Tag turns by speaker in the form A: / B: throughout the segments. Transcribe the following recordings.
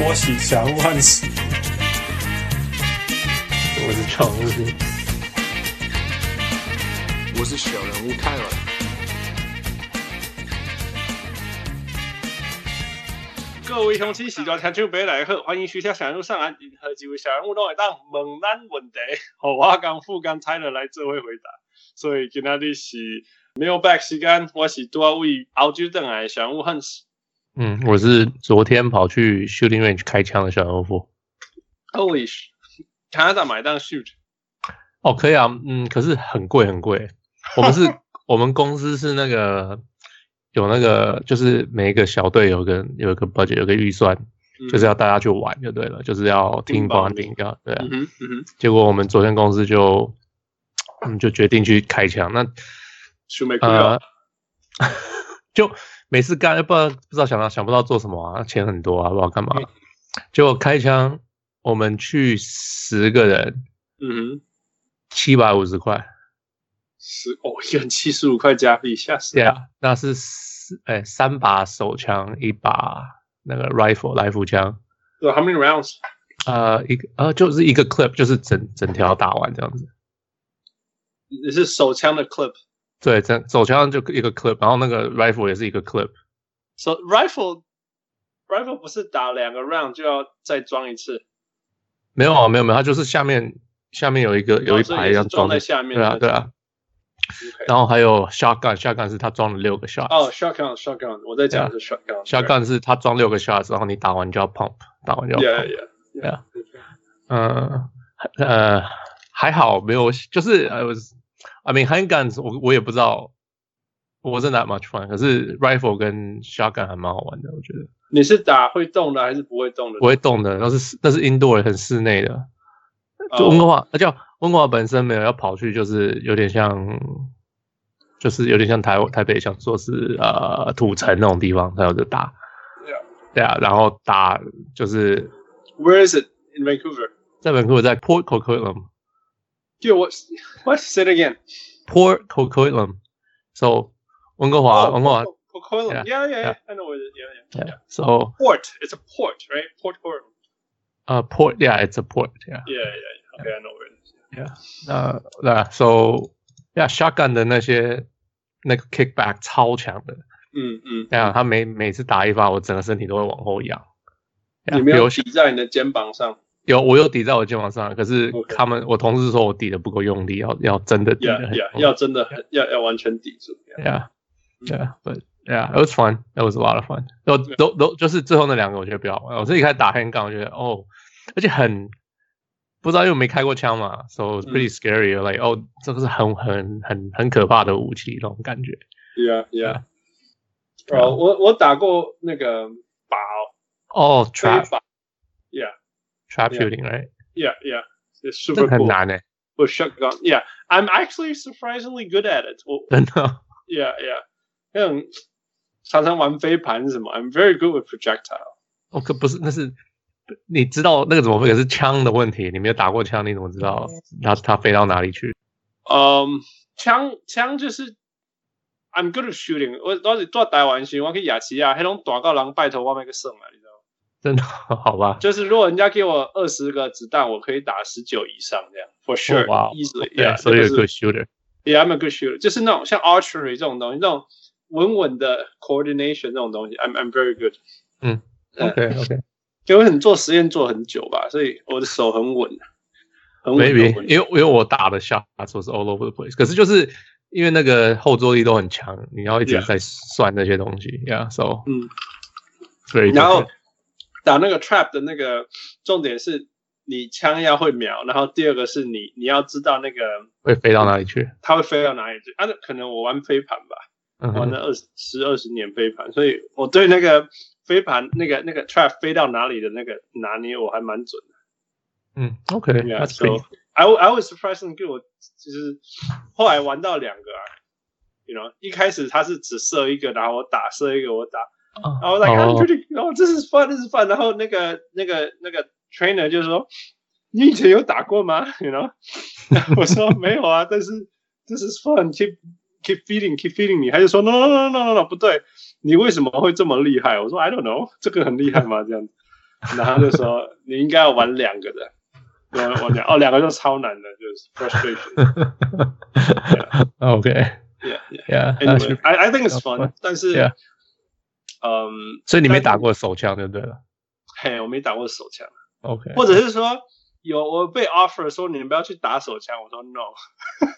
A: watched each other once.
B: 我是常务的，
C: 我是小人物泰尔。
D: 各位乡亲，时代听唱俾你好，欢迎收听《小人物上岸》，任何几位小人物都会当问咱问题，好，我讲副干猜了来做会回答。所以今仔日是没有 back 时间，我是多位澳洲等来的小人物恨死。
B: 嗯，我是昨天跑去 shooting range 开枪的小人物。
D: Holy sh！加拿大买当 shoot，
B: 哦，可以啊，嗯，可是很贵很贵。我 们是，我们公司是那个有那个，就是每一个小队有个有一个 budget，有个预算，
D: 嗯
B: 就是要大家去玩就对了，就是要
D: 听
B: team
D: bonding
B: bonding 要对啊、
D: 嗯哼嗯哼
B: 结果我们昨天公司就，我们就决定去开枪。那
D: ，shoot 没
B: 呃，就每次干不知道不知道想到想不到做什么啊，钱很多啊，不知道干嘛。结果开枪，我们去十个人，
D: 嗯哼，
B: 七百五十块，
D: 十哦，一人七十五块加币，吓死
B: 对
D: 人！
B: 啊，那是四哎三把手枪，一把那个 rifle 来福枪，
D: 对，How many rounds？
B: 呃，一个呃就是一个 clip，就是整整条打完这样子。
D: 你是手枪的 clip，
B: 对，整手枪就一个 clip，然后那个 rifle 也是一个 clip，
D: 手 rifle rifle 不是打两个 round 就要再装一次，
B: 没有啊，没有没有，它就是下面下面有一个有一
D: 哦所
B: 排
D: 以也
B: 要
D: 是装在
B: 的，
D: 下面
B: 对啊
D: 的。
B: 对啊，
D: OK。
B: 然后还有 shotgun，shotgun 是他装了六个 shot，
D: 哦，shotgun，shotgun，我在讲的是 shotgun，shotgun，shotgun，
B: shotgun 是他装六个 shot，然后你打完就要 pump，打完就要 pump。
D: yeah yeah，
B: 对啊嗯呃，还好没有，就是呃，I mean handguns，我我也不知道，我是 not much fun，可是 rifle 跟 shotgun 还蛮好玩的，我觉得
D: 你是打会动的还是不会动的？
B: 不会动的，那是那是 indoor 很室内的，就
D: 哦
B: 温哥华，而且温哥华本身没有要跑去，就是有点像，就是有点像台台北，想说是呃土城那种地方才有的打
D: Yeah.。
B: 对啊，然后打就是
D: ，Where is it in Vancouver？
B: 在本科我在 Port Coquitlam，Port
D: Dude, what? What? Say it again.
B: Coquitlam，so 温哥华，温哥华
D: Co- Co- Coquitlam. Yeah,
B: Yeah,
D: yeah, yeah.
B: yeah.
D: I know what it is. Yeah, yeah.
B: ，so
D: Port. It's a port, right? Port Coquitlam.
B: 呃 Port，yeah，it's a port，yeah，
D: Yeah, yeah, yeah. Okay, I know where it is.
B: 那那 so yeah shotgun 的那些那个 kickback 超强的，
D: 嗯嗯，
B: 对啊，他每每次打一发，我整个身体都会往后仰。对啊
D: 你没有
B: 有
D: 抵在你的肩膀上。
B: 有我有抵在我肩膀上，可是
D: OK
B: 他们我同事说我抵的不够用力，要要真的抵
D: Yeah,
B: 的
D: yeah，要真的很要要完全抵住。Yeah.
B: yeah yeah
D: 嗯
B: but yeah it 啊 was fun it was a lot of fun 都都都就是最后那两个我觉得比较好玩，我是一开始打 hand gun 我觉得哦，而且很不知道因为我没开过枪嘛，so it's pretty
D: 嗯
B: scary、like 哦这个是很很很很可怕的武器那种感觉，
D: Yeah, yeah. 哦，我我打过那个靶哦，
B: 哦、
D: 飞
B: trap
D: 靶。Yeah,
B: trap
D: Yeah.
B: shooting right
D: yeah, yeah. It's
B: 这
D: super
B: 个很
D: cool.
B: 难诶、欸
D: with shotgun. Yeah, I'm actually surprisingly good at it. 我
B: 真的
D: yeah yeah，那种常常玩飞盘是什么，I'm very good with projectile。
B: 我哦可不是那是。你知道那个怎么飞？可是枪的问题，你没有打过枪，你怎么知道它它飞到哪里去？
D: 嗯，Um, 枪枪就是 I'm good at shooting 我。我是做台湾时，我去亚齐亚，黑龙短告狼拜托我那个胜啊，你知道吗？
B: 真的好吧？
D: 就是如果人家给我二十个子弹，我可以打十九以上这样，for sure，easily、
B: 哦哇哦
D: yeah，
B: 所以有
D: 这就是
B: good shooter。
D: Yeah, I'm a good shooter. 就是那种像 archery 这种东西，那种稳稳的 coordination 这种东西，I'm I'm very good.
B: 嗯
D: 呃
B: OK OK。
D: 因为你做实验做很久吧，所以我的手很稳，很稳
B: maybe
D: 很稳
B: 因为因为我打的 shot 说是 all over the place，可是就是因为那个后坐力都很强，你要一直
D: Yeah.
B: 在算那些东西，yeah，so
D: 嗯
B: very
D: 然后
B: different
D: 打那个 trap 的那个重点是你枪要会瞄，然后第二个是你你要知道那个
B: 会飞到哪里去？
D: 它会飞到哪里去。啊，那可能我玩飞盘吧，
B: 嗯
D: 玩
B: 哼，
D: 了二十十二十年飞盘，所以我对那个飞盘那个那个 trap 飞到哪里的那个拿捏我还蛮准的。
B: 嗯
D: Yeah,
B: ，OK，that's
D: so
B: pretty
D: I I was surprisingly good. 我就是后来玩到两个啊，you know，一开始他是只射一个，然后我打射一个，我打，
B: 哦。
D: 然后我 like
B: Oh.
D: I'm pretty，然后 this is fun, this is fun。然后那个那个那个 trainer 就说，你以前有打过吗？you know，我说没有啊，但是 this is fun，keep keep feeding, keep feeding 你。他就说 no no no no no no，不对，你为什么会这么厉害？我说 I don't know，这个很厉害吗？这样子。然后他就说你应该要玩两个的，我我两哦两个就超难的，就是 frustration。
B: OK，
D: Yeah, yeah.
B: yeah，那是
D: Anyway, I I think it's fun，
B: Yeah.
D: 但是
B: Yeah.
D: 嗯，
B: 所以你没打过手枪就对了。
D: 嘿，我没打过手枪，
B: OK，
D: 或者是说有我被 offer 说你们不要去打手枪，我说 no。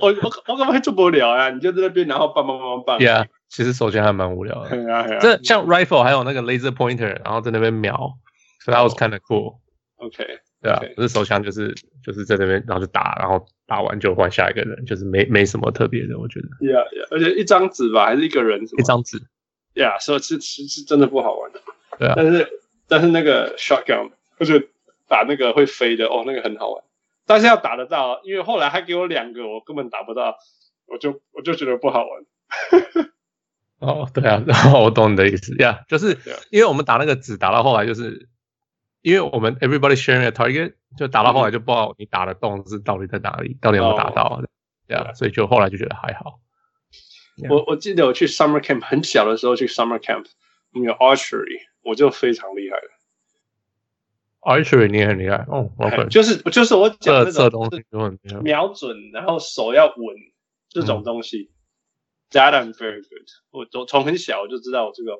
D: 我我我根本就不了呀、你就在那边然后棒棒棒棒。
B: Yeah，其实手枪还蛮无聊的。
D: 嘿啊嘿啊
B: 这像 rifle 还有那个 laser pointer，然后在那边瞄，so that was kind of cool。
D: OK，
B: 对
D: 哦
B: 啊
D: OK，
B: 可是手枪就是就是在那边，然后就打，然后打完就换下一个人，就是没没什么特别的，我觉得。
D: yeah, yeah，而且一张纸吧，还是一个人什么
B: 一张纸，
D: ，Yeah，所以是是是真的不好玩的。
B: 对啊
D: 但是但是那个 shotgun 或者打那个会飞的，哦，那个很好玩，但是要打得到，因为后来他给我两个，我根本打不到，我就我就觉得不好玩。
B: 哦，对啊，然后我懂你的意思，Yeah，就是
D: 对啊
B: 因为我们打那个纸打到后来，就是因为我们 everybody sharing a target，就打到后来就不知道你打的洞是到底在哪里，到底有没有打到啊，对
D: 嗯对
B: 啊
D: 啊，
B: 所以就后来就觉得还好。Yeah.
D: 我我记得我去 summer camp 很小的时候去 summer camp，我们有 archery，我就非常厉害了，
B: Archery 你也很厉害哦，OK，
D: 哎就是就是我讲
B: 这
D: 那种
B: 这东西就很厉害
D: 瞄准，然后手要稳这
B: 嗯
D: 种东西、t h a t I'm very good 我。我从很小我就知道我这个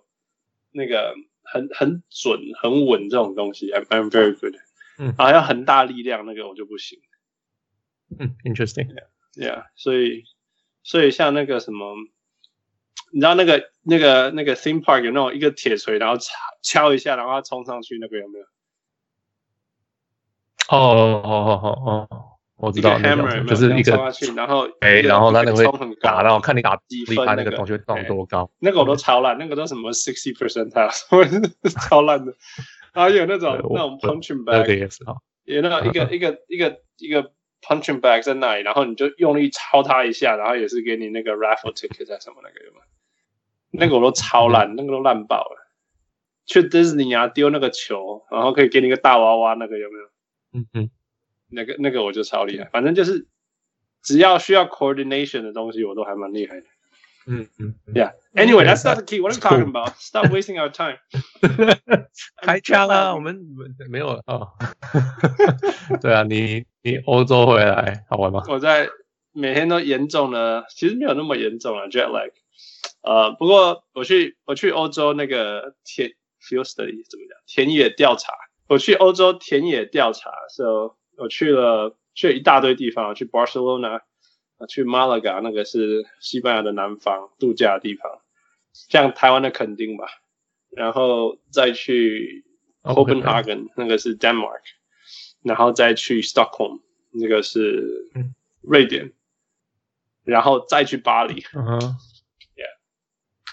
D: 那个很很准、很稳这种东西，I'm I'm very good。
B: 嗯
D: 然后要很大力量那个我就不行。
B: 嗯，interesting，
D: Yeah，所以所以像那个什么，你知道那个那个那个 theme park 有那种一个铁锤，然后敲敲一下，然后它冲上去，那个有没有？
B: 哦哦哦哦哦，我知
D: 一个
B: 道那
D: hammer 有
B: 种
D: 没有
B: 就是一
D: 这样冲
B: 个
D: 下去，然后
B: 哎，
D: 一个
B: 然后它那个会
D: 冲很高
B: 打到看你打
D: 几
B: 离
D: 分
B: 开
D: 那
B: 那
D: 个
B: 个东西会撞
D: 哎
B: 多高，
D: 那个我都超烂，那个都什么 sixty percentile，超 烂的。然后有那种
B: 对我
D: 那种 punching
B: 那个
D: bag，
B: 也是啊哈。
D: 有那种一个一个一个一个 punching bag 在那里，然后你就用力敲它一下，然后也是给你那个 raffle ticket 啊什么那个有吗？那个我都超烂，那个都烂爆了。去 Disney 啊，丢那个球，然后可以给你一个大娃娃，那个有没有？
B: 嗯嗯，
D: 那个那个我就超厉害，反正就是只要需要 coordination 的东西，我都还蛮厉害的。
B: 嗯嗯，嗯
D: Yeah. Anyway, that's not the key. What I'm talking about. Stop wasting our time.
B: 开枪啊！我们没没有了哦。 对啊，你你欧洲回来好玩吗？
D: 我在每天都严重的，其实没有那么严重了啊 jet lag。呃，不过我去我去欧洲那个田 field study 怎么讲？田野调查。我去欧洲田野调查，so 我去了去了一大堆地方，我去 Barcelona，我去 Malaga，那个是西班牙的南方度假的地方，像台湾的垦丁吧，然后再去
B: OK
D: Copenhagen，那个是 Denmark，然后再去 Stockholm，那个是
B: 嗯
D: 瑞典，然后再去巴黎，
B: 嗯哼，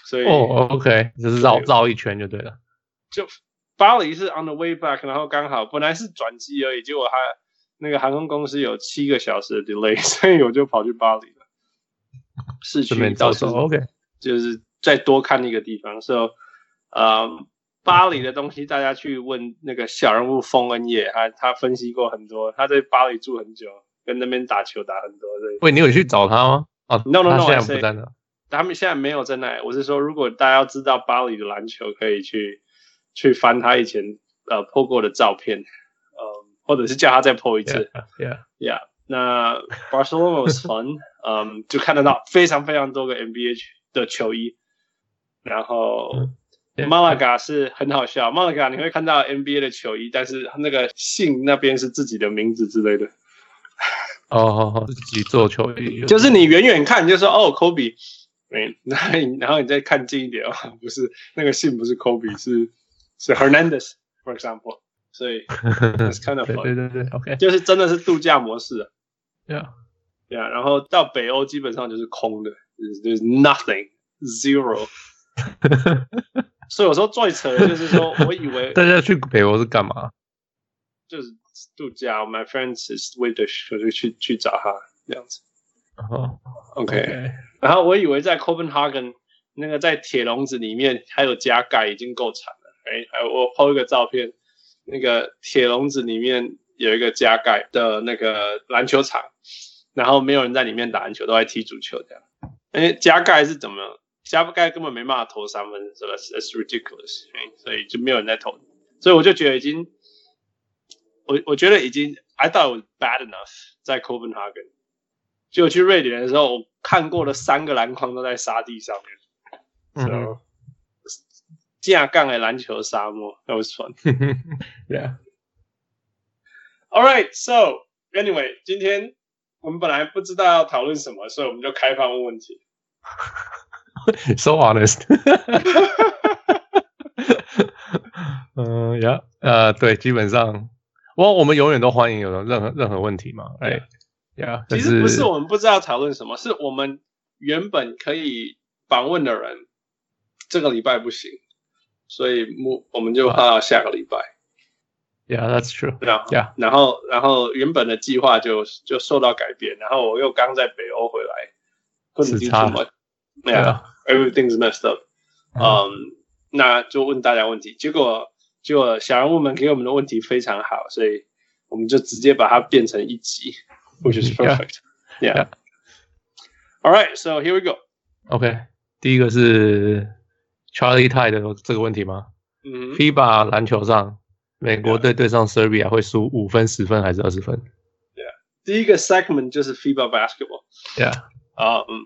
D: 所以
B: 哦，OK，就是绕
D: 对
B: 绕一圈就对了。
D: 就巴黎是 on the way back，然后刚好本来是转机而已，结果他那个航空公司有七个小时的 delay，所 以我就跑去巴黎了，市
B: 顺
D: 区
B: 便
D: 到
B: 走
D: 处
B: 走，OK，
D: 就是再多看一个地方。So，呃，巴黎的东西大家去问那个小人物封恩业，他他分析过很多，他在巴黎住很久，跟那边打球打很多，所以
B: 喂，你有去找他吗？哦
D: No, no, no,
B: 他现
D: I
B: 在
D: say-
B: 不在那。
D: 他们现在没有在那里。我是说，如果大家要知道巴黎的篮球，可以去去翻他以前呃 po 过的照片，呃，或者是叫他再 po 一次。
B: Yeah，
D: Yeah，那 Barcelona was fun，嗯，就看得到非常非常多个 NBA 的球衣。然后
B: 嗯 Yeah.
D: 马拉嘎是很好笑，马拉嘎你会看到 NBA 的球衣，但是那个姓那边是自己的名字之类的，
B: 哦哦哦，自己做球 衣
D: 就是你远远看你就说哦，Kobe，嗯，然后你然后你再看近一点哦，不是那个姓不是 Kobe，是是 Hernandez，for example，所以 it's kind of
B: 对
D: fun，
B: 对对对，OK，
D: 就是真的是度假模式啊。
B: 对啊，
D: 对啊，然后到北欧基本上就是空的，there's there's nothing zero。所以 有时候最扯的就是 说，我以为
B: 大家去北欧是干嘛？
D: 就是度假，my friend is Swedish，我就去去找他这样子。
B: 哦
D: OK，, 然后我以为在 Copenhagen 那个在铁笼子里面还有加盖已经够惨了。哎，还有我 PO 一个照片，那个铁笼子里面有一个加盖的那个篮球哎场，然后没有人在里面打篮球，都在踢足球这样。因为加盖是怎么加布盖根本没办法投三分，是吧？It's ridiculous，所哎以就没有人在投，所以我就觉得已经，我我觉得已经 I thought it was bad enough 在 Copenhagen，就去瑞典的时候，我看过的三个篮筐都在沙地上面。
B: 嗯
D: So，架杠的篮球沙漠，That was fun。
B: yeah.
D: All right, so anyway，今天我们本来不知道要讨论什么，所以我们就开放问问题。
B: So honest. 嗯呀，呃，对，基本上，我我们永远都欢迎有任何任何问题嘛，哎，呀，
D: 其实不是我们不知道讨论什么，是我们原本可以访问的人，这个礼拜不行，所以我我们就放到下个礼拜。
B: ，Yeah，that's true.
D: 然后
B: Yeah.
D: 然后然后原本的计划就就受到改变，然后我又刚在北欧回来，
B: 时
D: couldn't do
B: 差
D: too much. Yeah, everything's messed up. 嗯，那就问大家问题，结果结果小人物们给我们的问题非常好，所以我们就直接把它变成一 集，which is
B: Yeah.
D: perfect. Yeah.
B: Yeah.
D: All right, so here we go.
B: OK，第一个是 Charlie Tai 的这个问题吗
D: 嗯哼，
B: ？FIBA 篮球上，美国队对上 Serbia 会输五分、十分还是二十分
D: 第一个 segment 就是 FIBA basketball
B: ？Yeah，
D: 啊，嗯，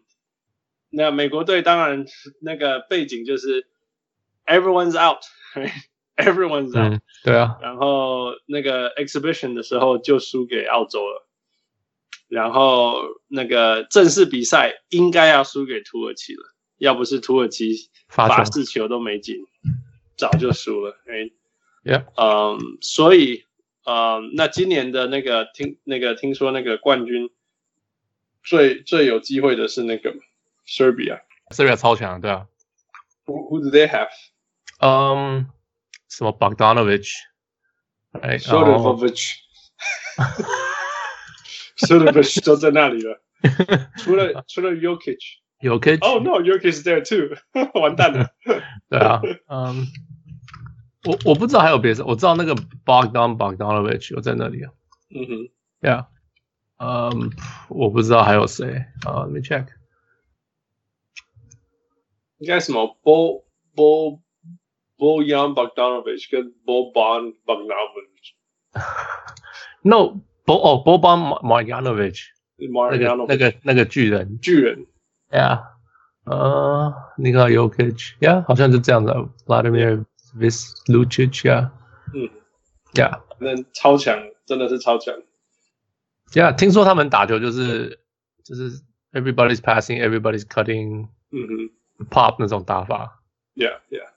D: 那美国队当然那个背景就是 everyone's out，everyone's out，、
B: 嗯，对啊，
D: 然后那个 exhibition 的时候就输给澳洲了，然后那个正式比赛应该要输给土耳其了，要不是土耳其
B: 发
D: 法
B: 球，
D: 式球都没进，早就输了。哎，
B: Yeah
D: 嗯，所以，嗯，那今年的那个听那个听说那个冠军最最有机会的是那个 Serbia。
B: ，Serbia 超强，对啊，
D: Who who do they have?
B: 嗯，什么 Bogdanovic，哎，
D: s o r
B: 然后
D: of a c s o r of a 都在那里了，除了除了 Yokich。
B: 有 K，
D: Oh no, Yokich is there too 。 完蛋了。
B: 对啊，嗯，我我不知道还有别的，我知道那个 Bogdan Bogdanovic 有在那里啊
D: 嗯哼，
B: ，Yeah，嗯，我不知道还有谁啊，Let me check。
D: 应该什么 Bo Bo Bojan Bogdanovic 跟 Boban Bogdanovic。
B: No，波哦，波邦马马亚诺维奇，那个
D: Mariano
B: 那个那个巨人
D: 巨人，
B: ，Yeah，呃，尼克 Jokic，Yeah，好像就这样子啊，Vladimir Vislucic，Yeah，
D: 嗯
B: ，Yeah
D: 那超强，真的是超强。
B: Yeah，听说他们打球就是就是 everybody's passing，everybody's cutting，pop
D: 嗯哼
B: 那种打法
D: ，Yeah Yeah。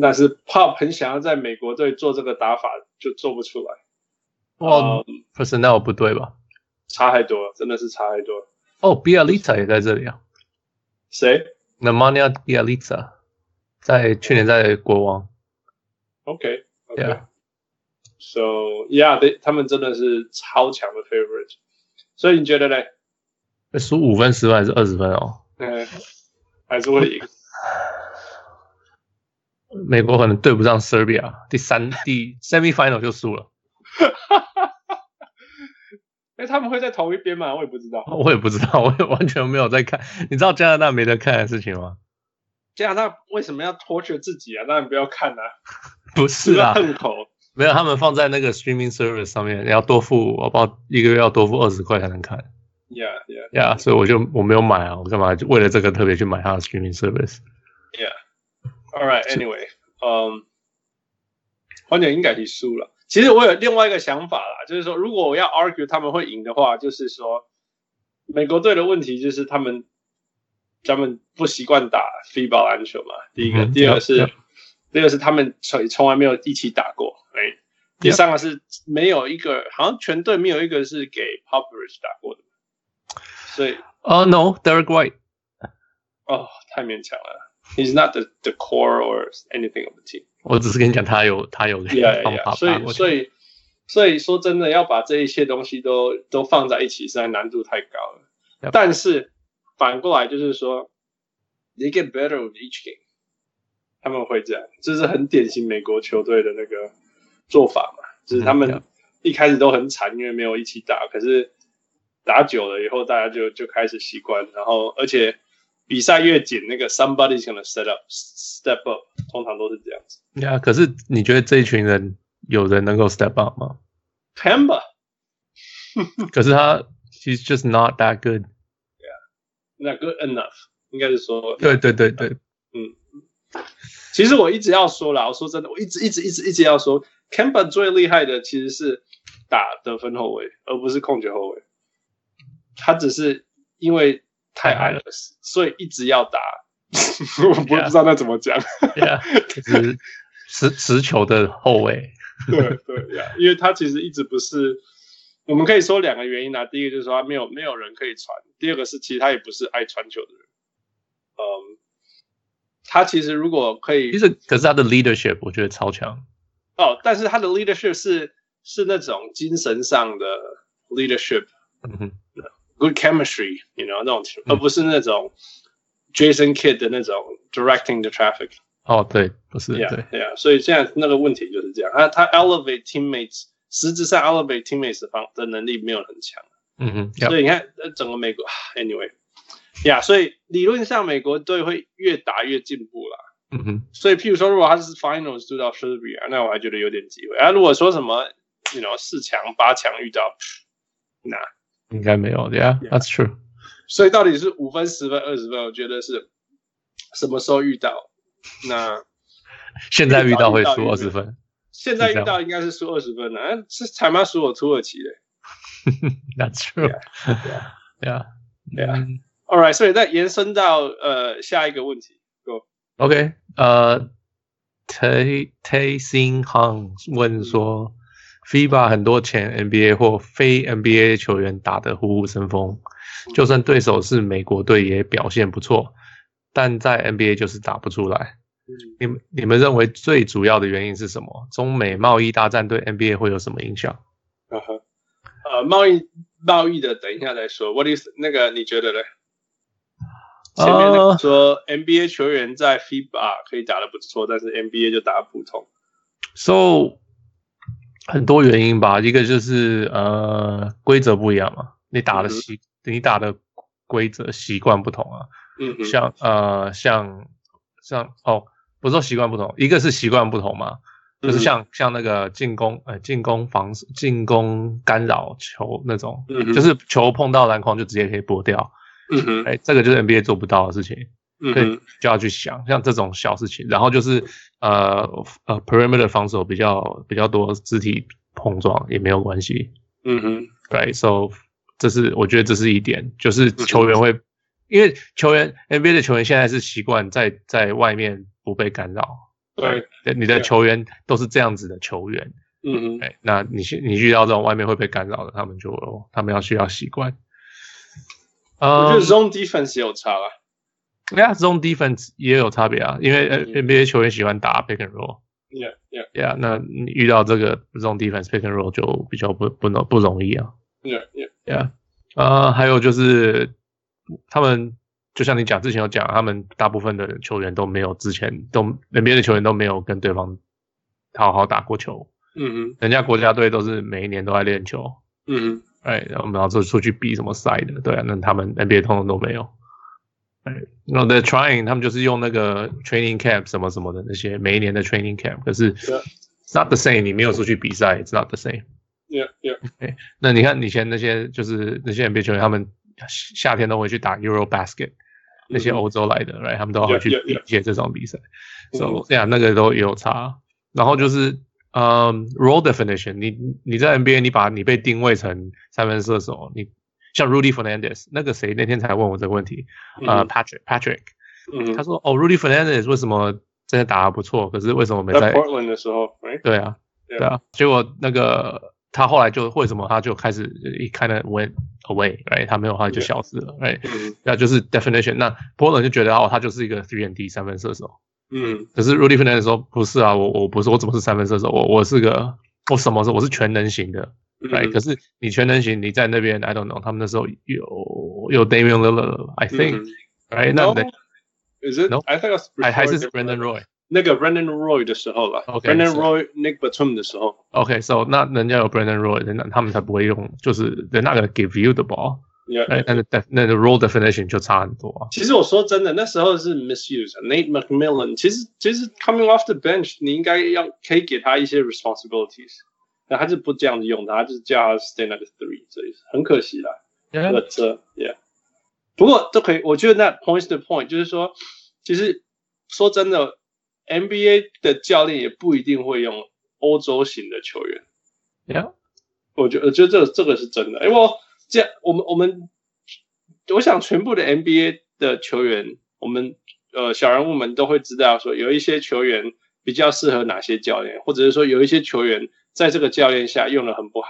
D: 但是 Pop 很想要在美国队做这个打法，就做不出来。
B: 哇哦
D: 嗯，
B: ，personnel 不对吧？
D: 差太多了，真的是差太多了。
B: 哦，Bialica 也在这里啊
D: 谁
B: ，Nemanja Bialica，在去年在国王
D: ？OK OK。
B: Yeah
D: So yeah，they, 他们真的是超强的 favorite。所以你觉得呢？
B: 会输五分、十分还是二十分哦？
D: 嗯，还是 会赢。
B: 美国可能对不上 Serbia，第三第 semi final 就输了，
D: 哎，他们会在同一边吗？我也不知道。
B: 我也不知道，我也完全没有在看。你知道加拿大没得看的事情吗？
D: 加拿大为什么要 torture 自己啊？当然不要看啊，
B: 不是啦，
D: 恨口。
B: 没有，他们放在那个 streaming service 上面，你要多付，我不知道一个月要多付二十块才能看
D: Yeah yeah。
B: 呀所以我就我没有买啊，我干嘛就为了这个特别去买它的 streaming service？
D: All right, anyway，嗯，黄景应该是输了。其实我有另外一个想法啦，就是说，如果我要 argue 他们会赢的话，就是说，美国队的问题就是他们他们不习惯打 FIBA 篮球嘛，第一个，
B: 嗯
D: 第二个
B: yeah,
D: 是
B: yeah.
D: 第二个是他们从从来没有一起打过，哎、第三个是没有一个好像全队没有一个是给 Popovich 打过的，所以
B: 哦、n o d e r e k White，
D: 哦，Oh, 太勉强了。He's not the the core or anything of the team.
B: 我只是跟你讲他有他有方
D: yeah,
B: 法
D: yeah. 所
B: 打
D: 以
B: 过去
D: 所以所以说真的要把这一切东西都都放在一起，实在难度太高了。
B: Yep.
D: 但是反过来就是说，they get better with each game，他们会这样，这是很典型美国球队的那个做法嘛，就是他
B: 嗯，yeah.
D: 们一开始都很惨，因为没有一起打，可是打久了以后，大家就就开始习惯，然后而且比赛越紧，那个 somebody's gonna set up step up，通常都是这样子。
B: 呀，可是你觉得这一群人有人能够 step up 吗？
D: Pamba，
B: 可是他 he's just not that good。
D: 那 good enough，应该是说
B: 对对对对，
D: 其实我一直要说啦，我说真的，我一直一直一直一直要说，Kemba 最厉害的其实是打得分后卫，而不是控球后卫。他只是因为太矮了，所以一直要 打。我不知道那怎么讲。
B: 对啊，就是持持球的后卫。
D: 对对呀，因为他其实一直不是，我们可以说两个原因啦、第一个就是说他没有没有人可以传，第二个是其实他也不是爱传球的人。嗯，他其实如果可以
B: 其，实，可是他的 leadership 我觉得超强。
D: 哦，但是他的 leadership 是是那种精神上的 leadership，good
B: 嗯哼，
D: chemistry，you know 那种，
B: 嗯
D: 而不是那种 Jason Kidd 的那种 directing the traffic。
B: 哦，对，不是
D: Yeah,
B: 对，
D: yeah. 所以现在那个问题就是这样，他他 elevate teammates，实质上 elevate teammates 的方的能力没有很强。
B: 嗯哼，呀
D: 所以你看，呃，整个美国，anyway，呀、yeah,，所以理论上美国队会越打越进步啦。
B: 嗯哼，
D: 所以，譬如说，如果他是 Finals 遇到哥伦比亚，那我还觉得有点机会。啊，如果说什么，你 know 四强、八强遇到，
B: 应该没有，Yeah，that's true。
D: 所以到底是五分、十分、二十分，我觉得是什么时候遇到？那
B: 现在遇到会
D: 遇
B: 输
D: 到
B: 二十分，
D: 现在
B: 是这
D: 遇
B: 样
D: 到应该是输二十分了、啊，是他妈输我土耳其的。
B: That's true。
D: Yeah,
B: Yeah. Mm.
D: Yeah. All right，所以再延伸到呃下一个问题，
B: OK，呃，Tay Tay Sin Hong 问说，FIBA 很多前 NBA 或非 NBA 球员打得虎虎生风，就算对手是美国队也表现不错，但在 NBA 就是打不出来。你们你们认为最主要的原因是什么？中美贸易大战对 NBA 会有什么影响？
D: 啊哈，呃，贸易贸易的，等一下再说。What is 那个你觉得呢？前面那个
B: 呃，
D: 说 NBA 球员在 FIBA 可以打得不错，但是 NBA 就打得普通。
B: So 很多原因吧，一个就是呃规则不一样嘛，你打的
D: 嗯哼
B: 习、你打的规则习惯不同啊，
D: 嗯哼，
B: 像呃像像哦，不是说习惯不同，一个是习惯不同嘛，就
D: 嗯
B: 是像、像那个进攻呃进攻防进攻干扰球那种，
D: 嗯哼
B: 就是球碰到篮筐就直接可以拨掉，
D: 嗯哼，
B: 哎，这个就是 NBA 做不到的事情。
D: 嗯
B: 对
D: 哼，，
B: 就要去想像这种小事情，然后就是呃呃 perimeter 防守比较比较多肢体碰撞也没有关系
D: 嗯哼，
B: ，right？So 这是我觉得这是一点，就是球员
D: 嗯
B: 会因为球员 NBA 的球员现在是习惯在在外面不被干扰，
D: 嗯对，
B: right？你的
D: 对
B: 球员都是这样子的球员，
D: 嗯哼，
B: 哎，那你去你遇到这种外面会被干扰的，他们就他们要需要习惯。
D: 我
B: 呃
D: 觉得 zone defense 也有差啦。
B: Yeah, zone defense 也有差别啊，因为呃
D: 嗯
B: NBA 球员喜欢打 pick and roll。
D: Yeah, yeah,
B: Yeah，那你遇到这个 zone defense pick and roll 就比较不不能不容易啊。
D: yeah, yeah.
B: Yeah，呃，还有就是他们就像你讲之前有讲，他们大部分的球员都没有之前都 NBA 的球员都没有跟对方好好打过球，
D: 嗯哼，
B: 人家国家队都是每一年都在练球，
D: 嗯
B: 哎，然后然后就出去比什么赛的，对啊，那他们 NBA 通通都没有。哎，那 they're trying，他们就是用那个 training camp 什么什么的那些每一年的 training camp，可是
D: Yeah.
B: it's not the same，你没有出去比赛，it's not the same。
D: 哼，yeah, yeah.
B: 那你看以前那些就是那些 NBA 球员，他们夏天都会去打 Euro Basket，那
D: 嗯
B: 些欧洲来的，right，他们都会去
D: Yeah, yeah,
B: 比
D: yeah.
B: 一些这种比赛。
D: 嗯
B: So 这样那个都也有差。然后就是嗯、r o l e definition，你你在 NBA 你把你被定位成三分射手，你像 Rudy Fernandez 那个谁那天才问我这个问题，呃、
D: 嗯
B: p a t r i c k Patrick，
D: 嗯
B: 他
D: 哼，
B: 说哦 Rudy Fernandez 为什么真的打得不错，可是为什么没
D: 在
B: 在
D: Portland 的时候，right？
B: 对啊，
D: Yeah.
B: 对啊，结果那个他后来就为什么他就开始 it kind of went away，right？他没有，他就
D: Yeah.
B: 消失了，right？
D: 嗯哼，
B: 那就是 definition。那 Portland 就觉得哦，他就是一个 three and D 三分射手。
D: 嗯
B: 可是 Rudy Fernandez 说不是啊，我我不是，我怎么是三分射手？我我是个我什么时候我是全能型的
D: 哼，
B: ，right？、可是你全能型，你在那边 I don't know，他们那时候有有 Damian Lillard，I
D: 嗯
B: think，right？、
D: 哼
B: 哎那
D: No, is it?
B: No.
D: I think it's
B: 还还是
D: before
B: Brandon Roy。
D: 那个 Brandon Roy 的时候了
B: OK，
D: ，Brandon
B: 是
D: Roy、Nick Batum 的时候，
B: OK，so、那人家有 Brandon Roy，人家他们才不会用，就是 they're not gonna give you the ball。
D: Yeah.
B: 哎，那个 def- 那个 role definition 就差很多啊。
D: 其实我说真的，那时候是 misuse Nate McMillan 其。实其实 coming off the bench，你应该要可以给他一些 responsibilities，那他就不这样子用他，他就是叫他 stand at the three，所以很可惜啦。
B: Yeah.
D: 这 yeah，不过都可以，我觉得那 point to point 就是说，其实说真的，NBA 的教练也不一定会用欧洲型的球员。
B: Yeah.
D: 我觉我觉得这个这个是真的，因为哎我这样我们我们我想全部的 NBA 的球员，我们呃小人物们都会知道说，有一些球员比较适合哪些教练，或者是说有一些球员在这个教练下用的很不好，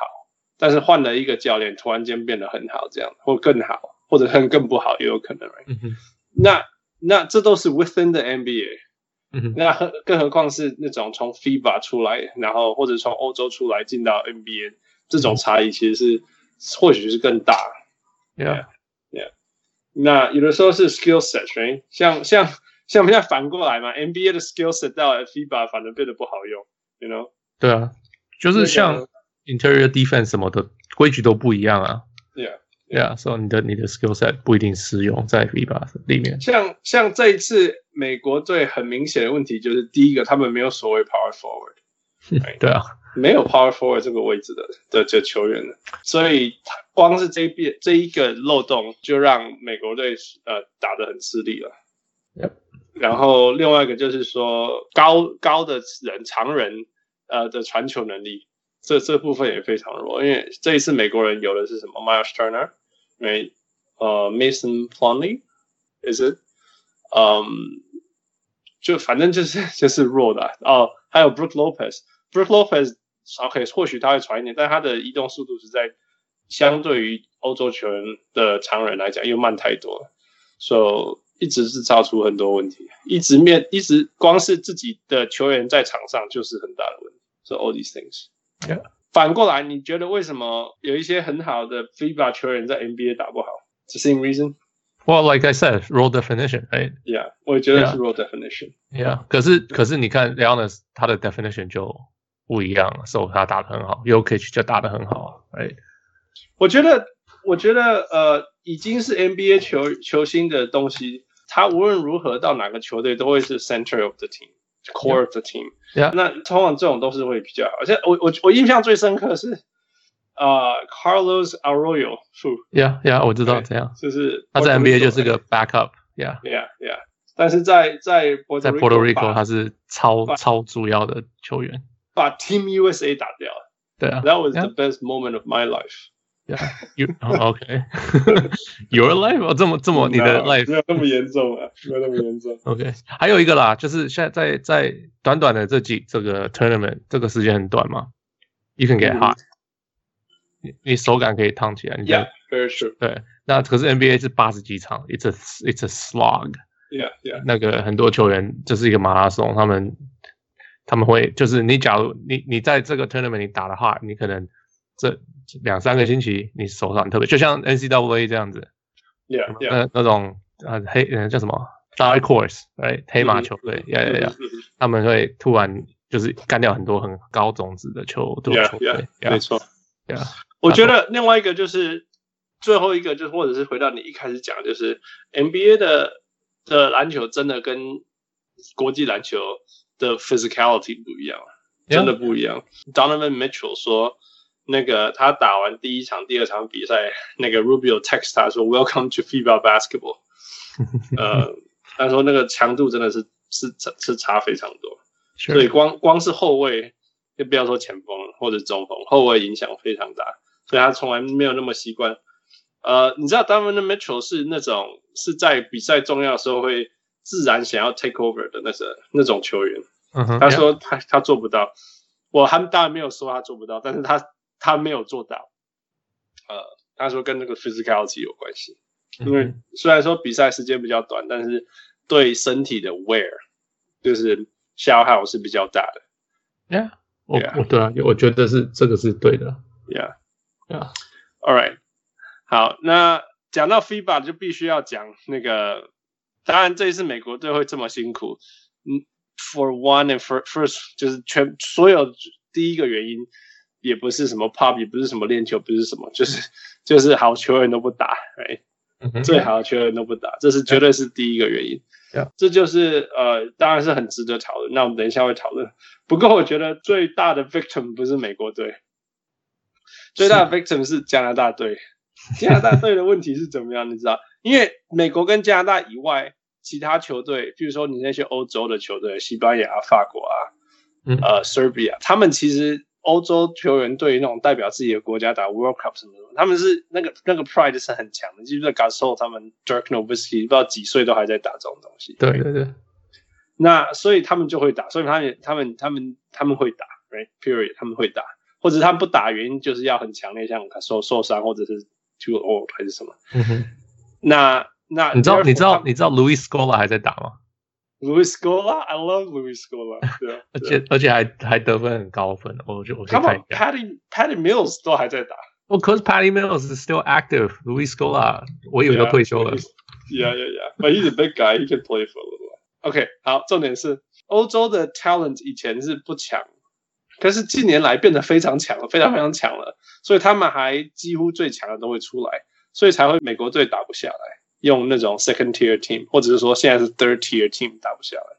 D: 但是换了一个教练，突然间变得很好，这样或更好，或者更更不好也有可能。right？
B: 嗯哼，
D: 那那这都是 within the NBA，
B: 嗯哼，
D: 那何更何况是那种从 FIBA 出来，然后或者从欧洲出来进到 NBA 这种差异，其实是或许是更大。
B: Yeah.
D: 那有的时候是 skill set，right？像像像我们现在反过来嘛，NBA 的 skill set 到了 FIBA 反而变得不好用，you know？
B: 对啊，就
D: 那
B: 是
D: 个
B: 像 interior defense 什么的规矩都不一样啊。
D: Yeah.
B: Yeah. So 你的你的 skill set 不一定适用在 FIBA 里面。
D: 像像这一次美国队很明显的问题就是，第一个他们没有所谓 power forward。
B: 对啊。
D: 没有 power forward 这个位置的的这球员的，所以他光是这一边这一个漏洞就让美国队呃打得很吃力了。
B: Yep
D: 然后另外一个就是说高高的人常人呃的传球能力，这这部分也非常弱，因为这一次美国人有的是什么 Miles Turner，没呃 Mason Plumlee，is it？嗯、就反正就是 就是弱的啊哦，还有 Brook Lopez。Brook Lopez OK，或许他会传一点，但他的移动速度是在相对于欧洲球员的常人来讲又慢太多了，so 一直制造出很多问题，一直面一直光是自己的球员在场上就是很大的问题，so all these things。
B: Yeah.
D: 反过来，你觉得为什么有一些很好的 FIBA 球员在 NBA 打不好？The same reason?
B: Well, like I said, role definition, right?
D: Yeah，我也觉得
B: Yeah.
D: 是 raw definition。
B: Yeah，可是可是你看 l e o n a s 他的 definition 就不一样了，所以他打得很好 y o k i c 就打得很好啊，right？
D: 我觉得，我觉得，呃，已经是 NBA 球球星的东西，他无论如何到哪个球队都会是 center of the team。Core of the team，、
B: Yeah.
D: 那通常这种都是会比较好。而且我我我印象最深刻是，呃，Carlos Arroyo，是
B: Yeah, yeah，我知道
D: 对
B: 这样，
D: 就是 Puerto
B: 他在 NBA
D: Rico
B: 就是个 backup。Yeah，
D: ，Yeah Yeah，但是在在 Puerto
B: 在 Puerto Rico
D: 把
B: 他是超
D: 把
B: 超主要的球员。
D: 把 Team USA 打掉了
B: 对 啊
D: ，That was
B: Yeah.
D: the best moment of my life。
B: ，You OK，Your life 哦这么这么你的
D: No，
B: life
D: 没嗯有那么严重啊，没有那么严 重。
B: OK，还有一个啦，就是现在在在短短的这几这个 tournament 这个时间很短嘛，You can get
D: 嗯
B: hot，你你手感可以烫起来，你的
D: Yeah，very true。
B: 那可是 NBA 是八十几场，it's a it's a slog。
D: Yeah Yeah
B: 那个很多球员这是一个马拉松，他们他们会就是你假如你你在这个 tournament 你打的话，你可能这这两三个星期你手上特别，就像 NCAA 这样子，
D: Yeah Yeah。
B: 那那种呃黑呃叫什么 dark horse，right 黑马球队，呀呀呀，
D: 嗯
B: 他们会突然就是干掉很多很高种子的球队
D: Yeah，
B: 球队
D: yeah，没错。
B: ，yeah，啊
D: 我觉得另外一个就是最后一个，就是或者是回到你一开始讲，就是 NBA 的的篮球真的跟国际篮球的 physicality 不一样，真的不一样。Donovan Mitchell 说，那个他打完第一场、第二场比赛，那个 Rubio text 他说 “Welcome to FIBA basketball”，呃，他说那个强度真的是是是差非常多。所以
B: ，sure，
D: 光光是后卫，就不要说前锋了或者中锋，后卫影响非常大，所以他从来没有那么习惯。呃，你知道 d o n a Mitchell 是那种是在比赛重要的时候会自然想要 take over 的那种那种球员。
B: 嗯哼，
D: 他说他他做不到，我他当然没有说他做不到，但是他他没有做到。呃，他说跟那个 physicality 有关系，
B: 嗯
D: 因为虽然说比赛时间比较短，但是对身体的 wear 就是消耗是比较大的。
B: 我
D: Yeah
B: 我对啊，我觉得是这个是对的
D: Yeah,
B: Yeah.
D: All right. 好，那讲到 FIBA 就必须要讲那个，当然这一次美国队会这么辛苦，嗯，for one and for first 就是全所有第一个原因也不是什么 pub，也不是什么练球，不是什么，就是就是好球员都不打，哎、
B: 嗯哼
D: 最好的球员都不打，这是绝对是第一个原因
B: Yeah.。
D: 这就是呃，当然是很值得讨论。那我们等一下会讨论。不过我觉得最大的 victim 不是美国队，最大的 victim 是加拿大队。加拿大队的问题是怎么样？你知道？因为美国跟加拿大以外，其他球队，比如说你那些欧洲的球队，西班牙、法国啊，
B: 嗯
D: 呃，Serbia，他们其实欧洲球员对于那种代表自己的国家打 World Cup 什么的，他们是那个那个 pride 是很强的。记不记得 Gasol 他们 Dirk Nowitzki 不知道几岁都还在打这种东西。
B: 对对对，
D: 那所以他们就会打，所以他们他们他们他们会打，right？Period，他们会打，或者他们不打原因就是要很强烈，像受受伤或者是 too old 还是什么。
B: 嗯哼，
D: 那那
B: 你知道你知道你
D: 你
B: 知道 Louis Scola 还在打吗？
D: Louis Scola，I love Louis Scola，对啊，
B: 而
D: 对啊
B: 且而且还还得分很高分，我就我去
D: Come
B: 看一
D: on，
B: 下。
D: Patty Patty Mills 都还在打，
B: Well, cause Patty Mills is still active. Louis Scola，我以为都
D: Yeah.
B: 退休了。
D: Yeah, yeah, yeah. But he's a big guy. He can play for a little while. OK，好，重点是欧洲的 talent 以前是不强，可是近年来变得非常强了，非常非常强了。所以他们还几乎最强的都会出来，所以才会美国队打不下来，用那种 second tier team，或者是说现在是 third tier team 打不下来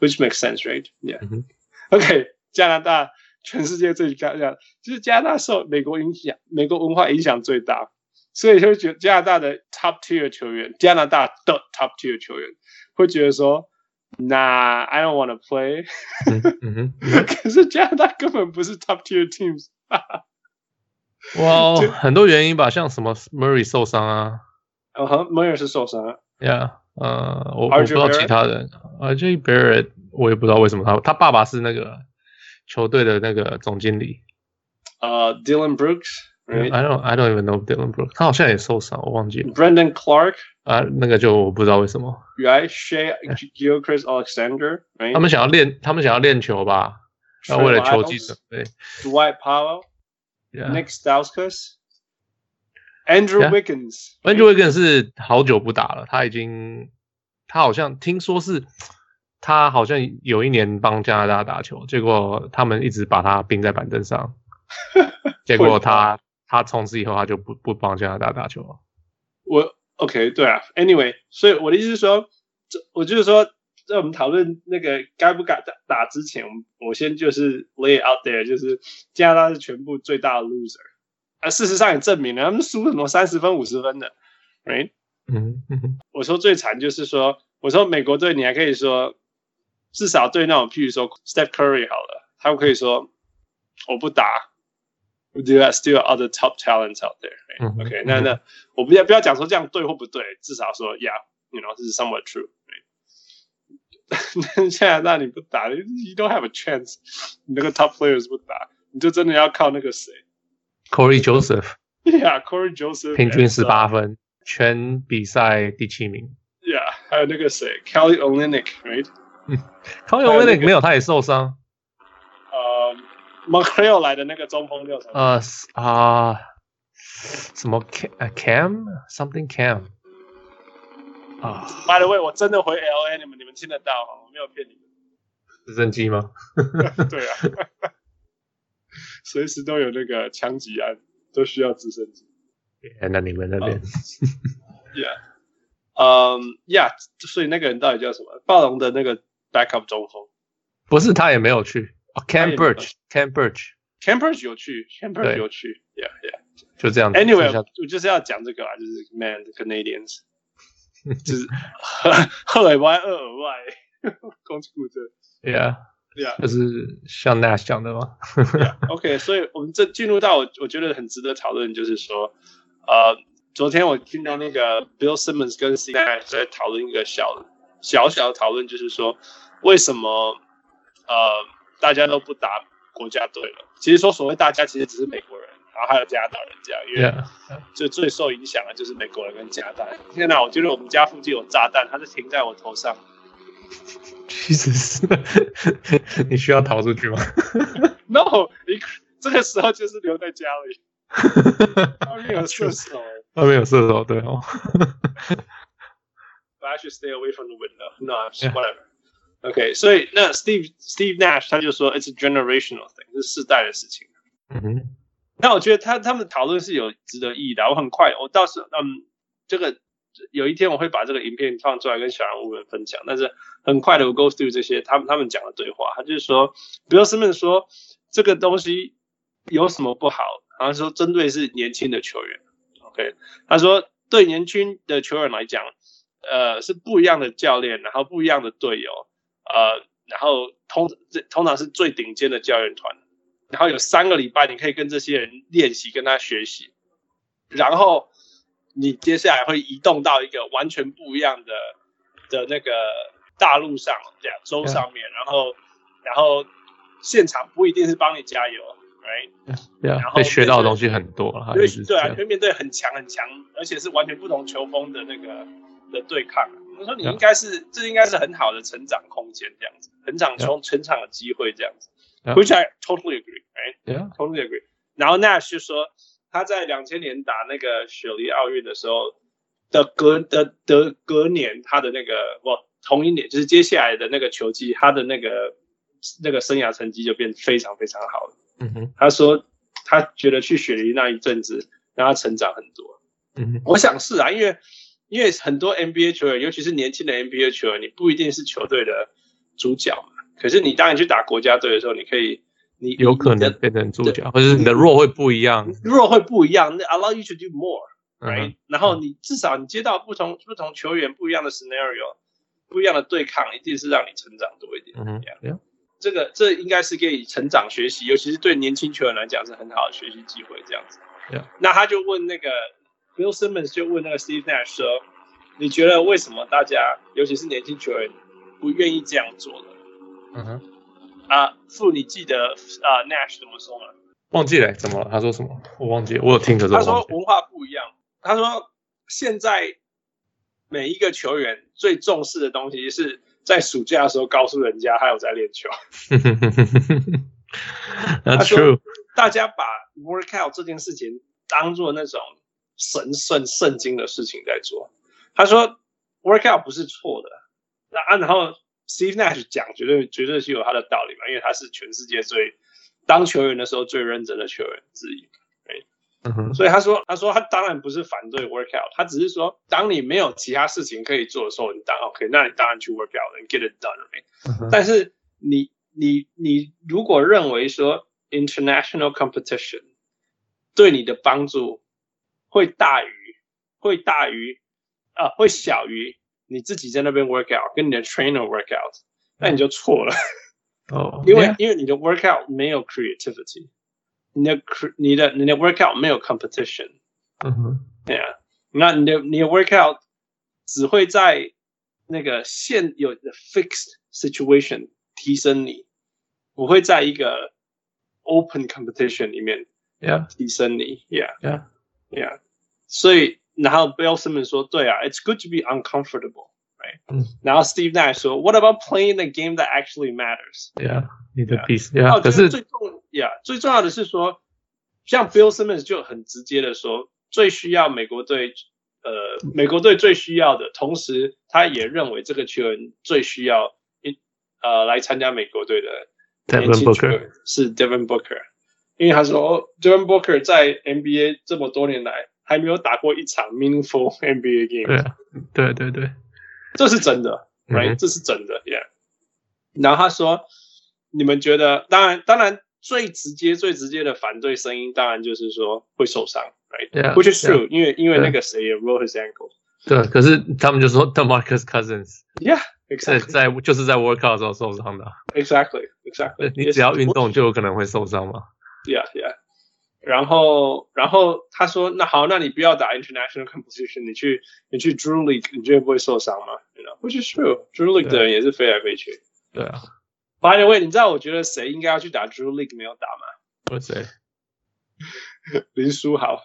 D: ，which makes sense, right? Yeah.
B: 嗯哼
D: OK，加拿大全世界最高价，就是加拿大受美国影响，美国文化影响最大。所以就会觉得加拿大的 top tier 球员，加拿大的 top tier 球员会觉得说，Nah, I don't want to play 。
B: 嗯哼嗯哼。
D: 可是加拿大根本不是 top tier teams，
B: 哇、
D: 就
B: 很多原因吧，像什么 Murray 受伤啊
D: 嗯哼 m u r Uh-huh. 是受伤了，
B: ，Yeah，呃，我
D: RJ
B: 我不知道
D: Barrett
B: 其他人，RJ Barrett 我也不知道为什么他他爸爸是那个球队的那个总经理
D: 呃、d y l a n Uh, Brooks、right?。
B: I don't I don't even know Dylan Brooks，他好像也受伤，我忘记了
D: Brendan Clark，
B: 啊，那个就我不知道为什么，
D: right? Shea Gilchrist Alexander，right?
B: 他们想要练他们想要练球吧，
D: 啊
B: 那为了球技准备
D: Dwight Powell、
B: ，Yeah，
D: Nick Stauskas、Andrew
B: Yeah.
D: Wiggins，
B: 温吉威根是好久不打了，他已经他好像听说是。他好像有一年帮加拿大打球，结果他们一直把他冰在板凳上， 结果他他从此以后他就不不帮加拿大打球了。
D: 我 OK 对啊，Anyway，所以我的意思是说，这我就是说，在我们讨论那个该不该打打之前，我们我先就是 lay it out there，就是加拿大是全部最大的 loser 啊。事实上也证明了，他们输什么三十分、五十分的，right？
B: 嗯嗯哼
D: 我说最惨就是说，我说美国队你还可以说，至少对那种譬如说 Steph Curry 好了，他们可以说我不打。There are still other top talents out there.
B: 嗯哼
D: OK，那那我不要不要讲说这样对或不对，至少说 Yeah，you know，这是 somewhat true。但现在 那你不打，You don't have a chance。你那个 top players 不打，你就真的要靠那个谁
B: Corey Joseph
D: ，Yeah，Corey Joseph
B: 平均十八分，全比赛第七名。
D: ，Yeah，还有那个谁，Kelly Olynyk，right？还
B: 康
D: 有
B: 永威
D: 那
B: 廉
D: 个
B: 没有，他也受伤。
D: 呃 m o n r e a l 来的那个中锋叫什么？
B: 呃啊，什么 Cam 呃 Cam something Cam 啊，
D: By the way，我真的回 LA，你们你们听得到吗？我没有骗你们。
B: 直升机吗？
D: 对啊， 随时都有那个枪击案，都需要直升机。
B: 哎那你们那边
D: Yeah，嗯、um,，Yeah，所以那个人到底叫什么？暴龙的那个 backup 中锋
B: 不是他也没有去。哦
D: 他也
B: Cam
D: 没有
B: Birch，Cam Birch
D: ，Campers 有趣，Campers
B: 对
D: 有趣，Yeah，Yeah。
B: 就这样子。剩下
D: Anyway，我就是要讲这个啊，就是 Man the Canadians，就是 赫尔歪厄尔 歪，攻击骨折
B: Yeah，
D: ，Yeah。
B: 就是像 Nash 讲的吗？
D: OK，所以我们这进入到我我觉得很值得讨论，就是说，呃，昨天我听到那个 Bill Simmons 跟 C I 在讨论一个小小小的讨论，就是说为什么呃大家都不打国家队了？其实说所谓大家，其实只是美国人，然后还有加拿大人这样，因为
B: Yeah，
D: 就最受影响的就是美国人跟加拿大人。天哪，我觉得我们家附近有炸弹，它是停在我头上。
B: Jesus，你需要逃出去吗？
D: No，你 这个时候就是留在家里，外面有射手。
B: 外面有射手，对哦。
D: but I should stay away from the window. No, I'm just
B: Yeah.
D: whatever. Okay，所以那 Steve Steve Nash 他就说 it's a generational thing，是世代的事情。
B: 嗯哼，
D: 那我觉得他他们讨论是有值得意义的。我很快，我到时候嗯，这个有一天我会把这个影片放出来跟小人物们分享。但是很快的，我 go through 这些他们他们讲的对话，他就是说，Bill Simmons 说这个东西有什么不好？然后说针对是年轻的球员，OK，他说对年轻的球员来讲，呃，是不一样的教练，然后不一样的队友，呃，然后通这通常是最顶尖的教练团。然后有三个礼拜你可以跟这些人练习，跟他学习，然后你接下来会移动到一个完全不一样的的那个大陆上、亚洲上面，然后然后现场不一定是帮你加油，right？
B: 对啊
D: 然，后
B: 被学到的东西很多了，他
D: 因为
B: 一直
D: 对
B: 这
D: 啊，
B: 样
D: 因为面对很强很强，而且是完全不同球风的那个的对抗。啊我说你应该是这应该是很好的成长空间，这样子，成长从成长的机会这样子。
B: Yeah.
D: Which I totally agree, right?
B: 对啊，
D: totally agree。然后 Nash 就说他在两千年打那个雪梨奥运的时候的隔的的隔年，他的那个不同一年，就是接下来的那个球季，他的那个那个生涯成绩就变非常非常好了。
B: 嗯哼，
D: 他说他觉得去雪梨那一阵子让他成长很多。
B: 嗯哼，
D: 我想是啊，因为因为很多 NBA 球员，尤其是年轻的 NBA 球员，你不一定是球队的主角嘛。可是你当你去打国家队的时候，你可以，你
B: 有可
D: 你的
B: 能变成主角，或者是你的弱会不一样，
D: 弱会不一样，那 allow you to do more，right？、
B: 嗯哼
D: 然后你至少你接到不同不同球员不一样的 scenario，不一样的对抗，一定是让你成长多一点。
B: 嗯哼，对啊，
D: 这个这应该是给你成长学习，尤其是对年轻球员来讲是很好的学习机会。这样子
B: Yeah.
D: 那他就问那个 Bill Simmons 就问那个 Steve Nash 说，你觉得为什么大家，尤其是年轻球员，不愿意这样做呢？
B: 嗯哼，
D: 啊，傅，你记得啊 Nash 怎么说吗？
B: 忘记了怎么了？他说什么？我忘记了，我有听，可是
D: 他
B: 我忘
D: 说
B: 记了。
D: 文化不一样。他说现在每一个球员最重视的东西是在暑假的时候告诉人家还有在练球。
B: That's
D: 说
B: true，
D: 大家把 workout 这件事情当做那种神圣圣经的事情在做。他说 workout 不是错的。那啊，然后 Steve Nash 讲绝对绝对是有他的道理嘛，因为他是全世界最当球员的时候最认真的球员之一。
B: 嗯哼，
D: 所以他说，他说他当然不是反对 workout，他只是说，当你没有其他事情可以做的时候，你当 OK，那你当然去 workout 你 get it done、right?
B: 嗯哼
D: 但是你你你如果认为说 international competition 对你的帮助会大于会大于啊、会小于你自己在那边 workout 跟你的 trainer workout，那你就错了。
B: 哦，
D: 因为
B: yeah，
D: 因为你的 workout 没有 creativity，你的 cre- 你的你的 workout 没有 competition，
B: 嗯哼，
D: 对啊，那你的你的 workout 只会在那个现有的 fixed situation 提升你，不会在一个 open competition 里面
B: yeah
D: 提升你，yeah
B: yeah，
D: yeah，所以然后 Bill Simmons 说，对啊，it's good to be uncomfortable。right？
B: 嗯
D: 然后 Steve Nash 说，What about playing the game that actually matters？
B: Yeah，你的
D: Yeah. Oh,
B: piece
D: 那
B: Yeah，
D: 我觉
B: 啊可
D: 得
B: 是
D: 哦最重呀最重要的是说，像 Bill Simmons 就很直接的说，最需要美国队，呃，美国队最需要的，同时他也认为这个球员最需要一呃来参加美国队的
B: Devin
D: 年轻球
B: Booker
D: 员是 Devin Booker，因为他说哦 Devin Booker 在 NBA 这么多年来还没有打过一场 meaningful NBA
B: 对
D: game，
B: 啊对对对，
D: 这是真的。
B: 嗯
D: right？、
B: 哼
D: 这是真的，yeah。然后他说，你们觉得，当然，当然，最直接、最直接的反对声音，当然就是说会受伤，right？Which
B: Yeah，
D: is
B: yeah，
D: true，、因为因为
B: 对
D: 那个谁也 roll his ankle，yeah，exactly。
B: 对，可是他们就说 d e m a r c u s Cousins 在
D: Exactly,
B: 在就是在 workout 的时候受伤的啊，
D: exactly, exactly.
B: 你只要运动就有可能会受伤嘛。
D: yeah, yeah。然后，然后他说：“那好，那你不要打 international competition，你去你去 Drew League，你觉得不会受伤吗？You know, which is true，Drew League 的人也是飞来飞去。
B: 对啊，
D: By the way，你知道我觉得谁应该要去打 Drew League 没有打吗？
B: 为谁？
D: 林书豪。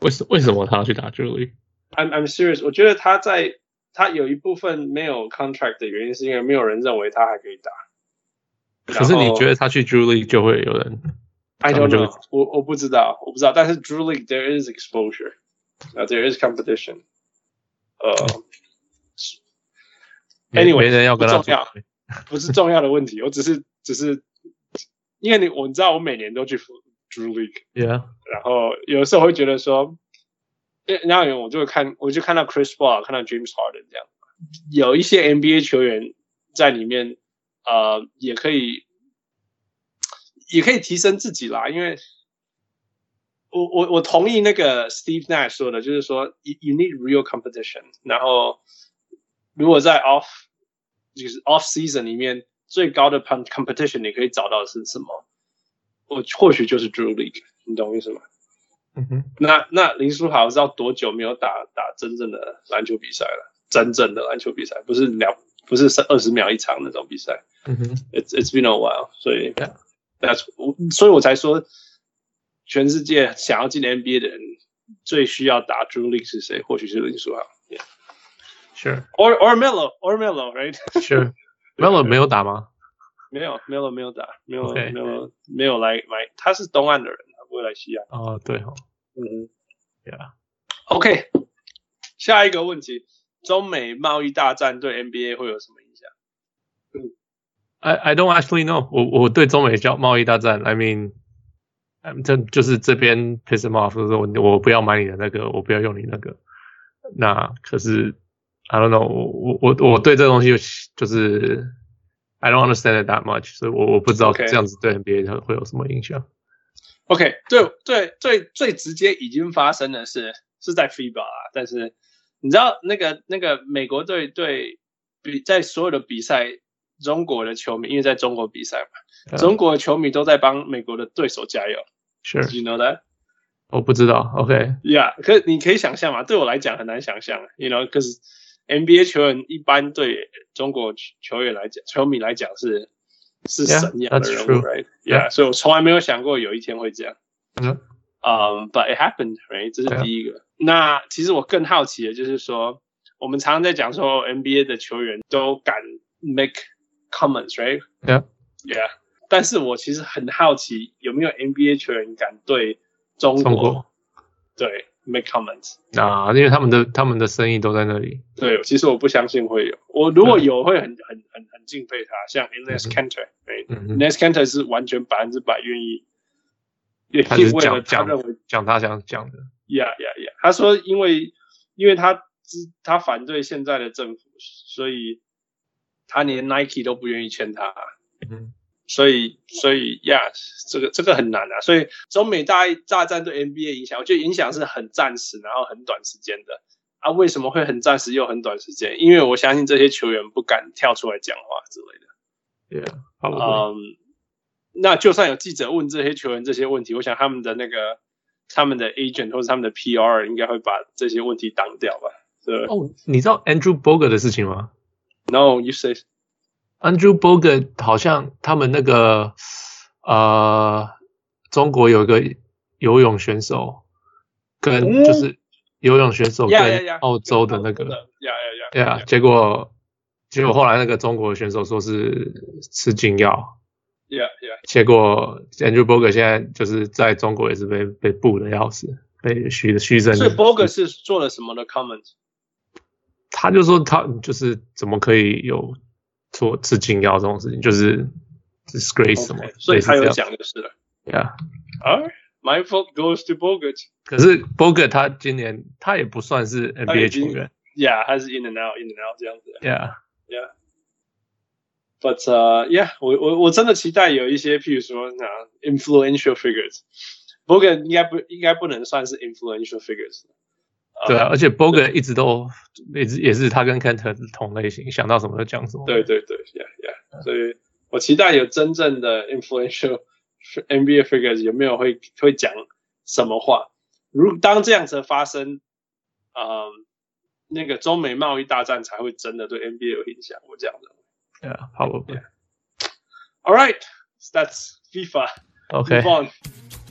B: 为什为什么他要去打 Julie？
D: I'm I'm serious，我觉得他在他有一部分没有 contract 的原因，是因为没有人认为他还可以打。
B: 可是你觉
D: 得
B: 得他去 Julie 就会有人
D: ？I
B: 他
D: don't
B: 们就
D: know，我我不知道，我不知道。但是 Drew League there is exposure，啊、there is competition。呃，
B: 没
D: Anyway，
B: 没嗯人要跟他
D: 不重要不是重要的问题，我只是只是因为你我你知道我每年都去 Drew Drew League，
B: ，Yeah，
D: 然后有的时候会觉得说，因为那样我就会看，我就看到 Chris Paul，看到 James Harden 这样，有一些 NBA 球员在里面，呃，也可以，也可以提升自己啦。因为我我我同意那个 Steve Nash 说的，就是说 you you need real competition。然后如果在 off 就是 off season 里面最高的 com- competition，你可以找到的是什么？我或许就是 Drew League，你懂我意思吗？
B: 嗯哼，
D: 那那林书豪知道多久没有打打真正的篮球比赛了？真正的篮球比赛，不是两不是二十秒一场那种比赛。
B: 嗯哼，
D: It's it's been a while，所以
B: Yeah.
D: that's 我所以我才说，全世界想要进 NBA 的人最需要打 Drew League 是谁？或许是林书豪
B: 是
D: ，or or Melo or Melo，right？
B: 是，Melo 没有打吗？
D: 没有 Melo 没有打，没有
B: Okay.
D: 没有没有来来，他是东岸的人，他不会来西岸。
B: 哦，对哦
D: 嗯哼。
B: ，Yeah，
D: OK，下一个问题，中美贸易大战对 NBA 会有什么影响？
B: I I don't actually know 我。我对中美交贸易大战，I mean，嗯这就是这边 piss him off，就是我我不要买你的那个，我不要用你那个。那可是 I don't know，我我我我对这东西就是 I don't understand it that much，所以我我不知道
D: Okay
B: 这样子对 NBA 会会有什么影响。
D: OK，最最最最直接已经发生的是是在 FIBA 啊，但是你知道那个那个美国队对比在所有的比赛，中国的球迷因为在中国比赛嘛，
B: 嗯
D: 中国的球迷都在帮美国的对手加油。
B: Sure，
D: Do you know that?
B: 我不知道。OK，
D: Yeah，可你可以想象嘛？对我来讲很难想象，you 啊 know，可是 NBA 球员一般对中国球员来讲，球迷来讲是是
B: Yeah,
D: 神一样的
B: that's
D: 人物
B: true.
D: ，right？Yeah，所以我从来没有想过有一天会这样。
B: Yeah.
D: 嗯、b u t it happened，right？这是
B: Yeah.
D: 第一个。那其实我更好奇的就是说，我们常常在讲说 NBA 的球员都敢 make comments，right？
B: Yeah.
D: Yeah，但是我其实很好奇，有没有 NBA 球员敢对中
B: 中国
D: 对 make comments？
B: 啊，因为他们的他们的生意都在那里。
D: 对，其实我不相信会有。我如果有，会很很很很敬佩他，像 Ines
B: 嗯
D: Cantor，对
B: 嗯哼，
D: ，Ines Cantor 是完全百分之百愿意，也
B: 他只
D: 意
B: 是
D: 为了
B: 讲
D: 他
B: 讲
D: 认为
B: 讲他想讲的。
D: 呀呀呀！他说，因为因为他支他反对现在的政府，所以他连 Nike 都不愿意签他，
B: 嗯哼
D: 所以所以呀这个这个很难啊。所以中美大大战对 NBA 影响，我觉得影响是很暂时，然后很短时间的。啊，为什么会很暂时又很短时间？因为我相信这些球员不敢跳出来讲话之类的。
B: Yeah，好吧。
D: 嗯，那就算有记者问这些球员这些问题，我想他们的那个他们的 agent 或者他们的 PR 应该会把这些问题挡掉吧？对、
B: 哦，你知道 Andrew Bogut 的事情吗？
D: n o you say
B: Andrew Bogut 好像他们那个呃，中国有一个游泳选手，跟、
D: 嗯
B: 就是游泳选手
D: yeah yeah yeah，
B: 跟哦澳洲的那个，
D: yeah yeah yeah，
B: 对啊，结果结果后来那个中国的选手说是吃禁药，
D: yeah yeah，
B: 结果 Andrew Bogut 现在就是在中国也是被被布的要死，被虚虚增。
D: 所以 Boga 是做了什么的 comment？
B: 他就说他就是怎么可以有做吃禁药这种事情，就是 disgrace 什么
D: OK，所以
B: 类似
D: 他
B: 这
D: 有
B: 样
D: 讲就是了。
B: Yeah.
D: Alright，my fault goes to Boga。
B: 可是 Bogut 他今年他也不算是
D: 他已
B: NBA
D: 经
B: 球员
D: Yeah，他是 in and out in and out 这样子。
B: ，Yeah，
D: 啊 But uh, yeah，我我我真的期待有一些，譬如说那 influential figures，不过应该不应该不能算是 influential figures。
B: 对啊，而且 Bogut 一直都一直也是他跟 Kent 同类型，想到什么就讲什么。
D: 对对对，yeah yeah，所以我期待有真正的 influential NBA figures 有没有会会讲什么话？如当这样子发生，嗯、那个中美贸易大战才会真的对 NBA 有影响。我这样的。
B: ，Yeah，好吧
D: Yeah，All right，that's FIFA。
B: ，OK，
D: Move on.